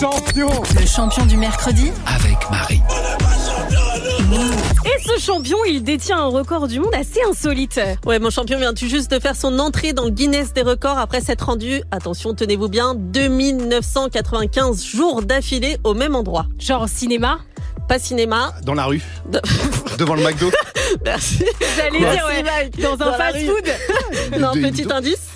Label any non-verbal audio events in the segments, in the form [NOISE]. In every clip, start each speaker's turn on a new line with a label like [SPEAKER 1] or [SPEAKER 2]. [SPEAKER 1] Champion
[SPEAKER 2] Le champion du mercredi
[SPEAKER 3] avec Marie.
[SPEAKER 4] Et ce champion, il détient un record du monde assez insolite.
[SPEAKER 5] Ouais, mon champion vient tout juste de faire son entrée dans le Guinness des records après s'être rendu, attention, tenez-vous bien, 2995 jours d'affilée au même endroit.
[SPEAKER 4] Genre cinéma
[SPEAKER 5] Pas cinéma.
[SPEAKER 4] Ah,
[SPEAKER 1] Dans la rue
[SPEAKER 5] De-
[SPEAKER 1] [LAUGHS] Devant le McDo
[SPEAKER 5] Merci.
[SPEAKER 4] J'allais
[SPEAKER 5] Merci,
[SPEAKER 4] dire, ouais,
[SPEAKER 5] Mike.
[SPEAKER 4] dans un
[SPEAKER 5] la rue.
[SPEAKER 4] fast-food.
[SPEAKER 5] Non,
[SPEAKER 1] Dis
[SPEAKER 5] petit
[SPEAKER 1] donc.
[SPEAKER 5] indice.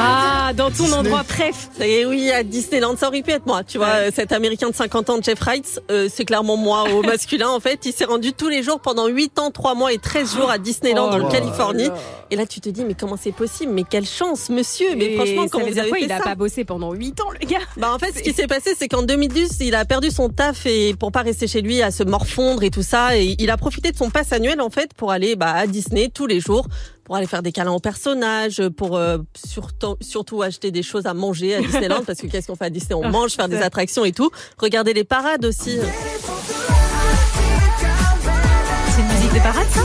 [SPEAKER 4] Ah, dans ton
[SPEAKER 1] Disney.
[SPEAKER 4] endroit, bref.
[SPEAKER 5] Et Eh oui, à Disneyland, ça aurait pu être moi. Tu vois, euh, cet Américain de 50 ans, Jeff Wright, euh, c'est clairement moi
[SPEAKER 4] [LAUGHS]
[SPEAKER 5] au masculin en fait. Il s'est rendu tous les jours pendant 8 ans, 3 mois et 13 jours à Disneyland
[SPEAKER 4] Oh
[SPEAKER 5] en
[SPEAKER 4] là
[SPEAKER 5] Californie. Et là, tu te dis, mais comment c'est possible Mais quelle chance, monsieur Mais franchement,
[SPEAKER 4] ça
[SPEAKER 5] comment
[SPEAKER 4] veut
[SPEAKER 5] vous
[SPEAKER 4] dire
[SPEAKER 5] avez
[SPEAKER 4] quoi
[SPEAKER 5] fait
[SPEAKER 4] Il a
[SPEAKER 5] ça
[SPEAKER 4] pas bossé pendant 8 ans, le gars.
[SPEAKER 5] Bah en fait, ce qui s'est passé, c'est qu'en 2010, il a perdu son taf et pour pas rester chez lui à se morfondre et tout ça, et il a profité de son pass annuel en fait pour aller bah, à Disney tous les jours, pour aller faire des câlins aux personnages, pour euh, surtout, surtout acheter des choses à manger à Disneyland parce que qu'est-ce qu'on fait à Disney On mange, faire des attractions et tout. Regardez les parades aussi.
[SPEAKER 2] C'est une musique de parade, ça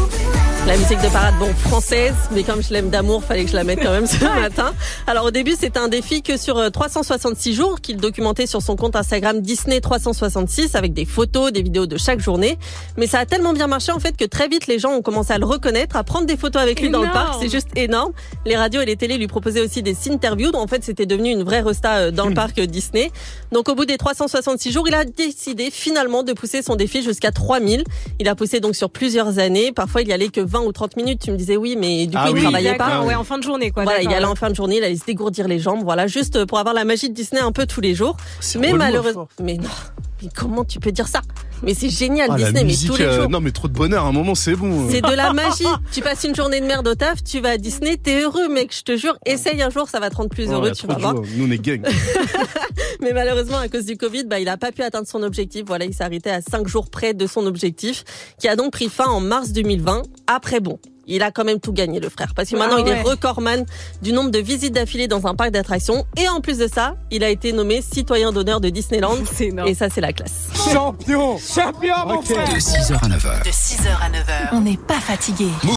[SPEAKER 5] La musique de parade, bon, française, mais comme je l'aime d'amour, fallait que je la mette quand même ce matin. Alors au début, c'était un défi que sur euh, 366 jours qu'il documentait sur son compte Instagram Disney 366 avec des photos, des vidéos de chaque journée. Mais ça a tellement bien marché en fait que très vite les gens ont commencé à le reconnaître, à prendre des photos avec lui dans le
[SPEAKER 4] Énorme.
[SPEAKER 5] parc. C'est juste énorme. Les radios et les télés lui proposaient aussi des interviews. En fait, c'était devenu une vraie resta euh, dans le parc euh, Disney. Donc au bout des 366 jours, il a décidé finalement de pousser son défi jusqu'à 3000. Il a poussé donc sur plusieurs années. Parfois, il y allait que 20 ou 30 minutes. Tu me disais oui, mais du coup,
[SPEAKER 1] Ah
[SPEAKER 5] il
[SPEAKER 1] oui,
[SPEAKER 5] travaillait
[SPEAKER 4] d'accord,
[SPEAKER 5] pas.
[SPEAKER 1] Ah oui.
[SPEAKER 4] ouais, en fin de journée, quoi.
[SPEAKER 5] Voilà, il
[SPEAKER 4] d'accord.
[SPEAKER 5] allait en fin de journée, il allait se dégourdir les jambes, voilà, juste pour avoir la magie de Disney un peu tous les jours. [LAUGHS] Mais malheureusement, mais non, mais comment tu peux dire ça Mais c'est génial
[SPEAKER 1] Ah, la
[SPEAKER 5] Disney,
[SPEAKER 1] musique,
[SPEAKER 5] mais tous les
[SPEAKER 1] euh,
[SPEAKER 5] jours.
[SPEAKER 1] non mais trop de bonheur, à un moment c'est bon.
[SPEAKER 5] C'est de la magie. tu passes une journée de merde au taf, tu vas à Disney, t'es heureux, mec. Je te jure, essaye un jour, ça va te rendre plus
[SPEAKER 1] Ouais,
[SPEAKER 5] heureux,
[SPEAKER 1] trop
[SPEAKER 5] tu vas
[SPEAKER 1] de
[SPEAKER 5] voir.
[SPEAKER 1] joie. Nous on est gang.
[SPEAKER 5] Mais malheureusement, à cause du Covid, bah, il n'a pas pu atteindre son objectif. Voilà, il s'est arrêté à 5 jours près de son objectif, qui a donc pris fin en mars 2020. Après, bon, il a quand même tout gagné, le frère. Parce que
[SPEAKER 4] Ah
[SPEAKER 5] maintenant, il
[SPEAKER 4] ouais.
[SPEAKER 5] est recordman du nombre de visites d'affilée dans un parc d'attractions. Et en plus de ça, il a été nommé citoyen d'honneur de Disneyland.
[SPEAKER 4] C'est énorme.
[SPEAKER 5] Et ça, c'est la classe. [LAUGHS]
[SPEAKER 6] Champion Champion, mon frère
[SPEAKER 3] De 6h à 9h.
[SPEAKER 2] De 6h à 9h. On n'est pas fatigué.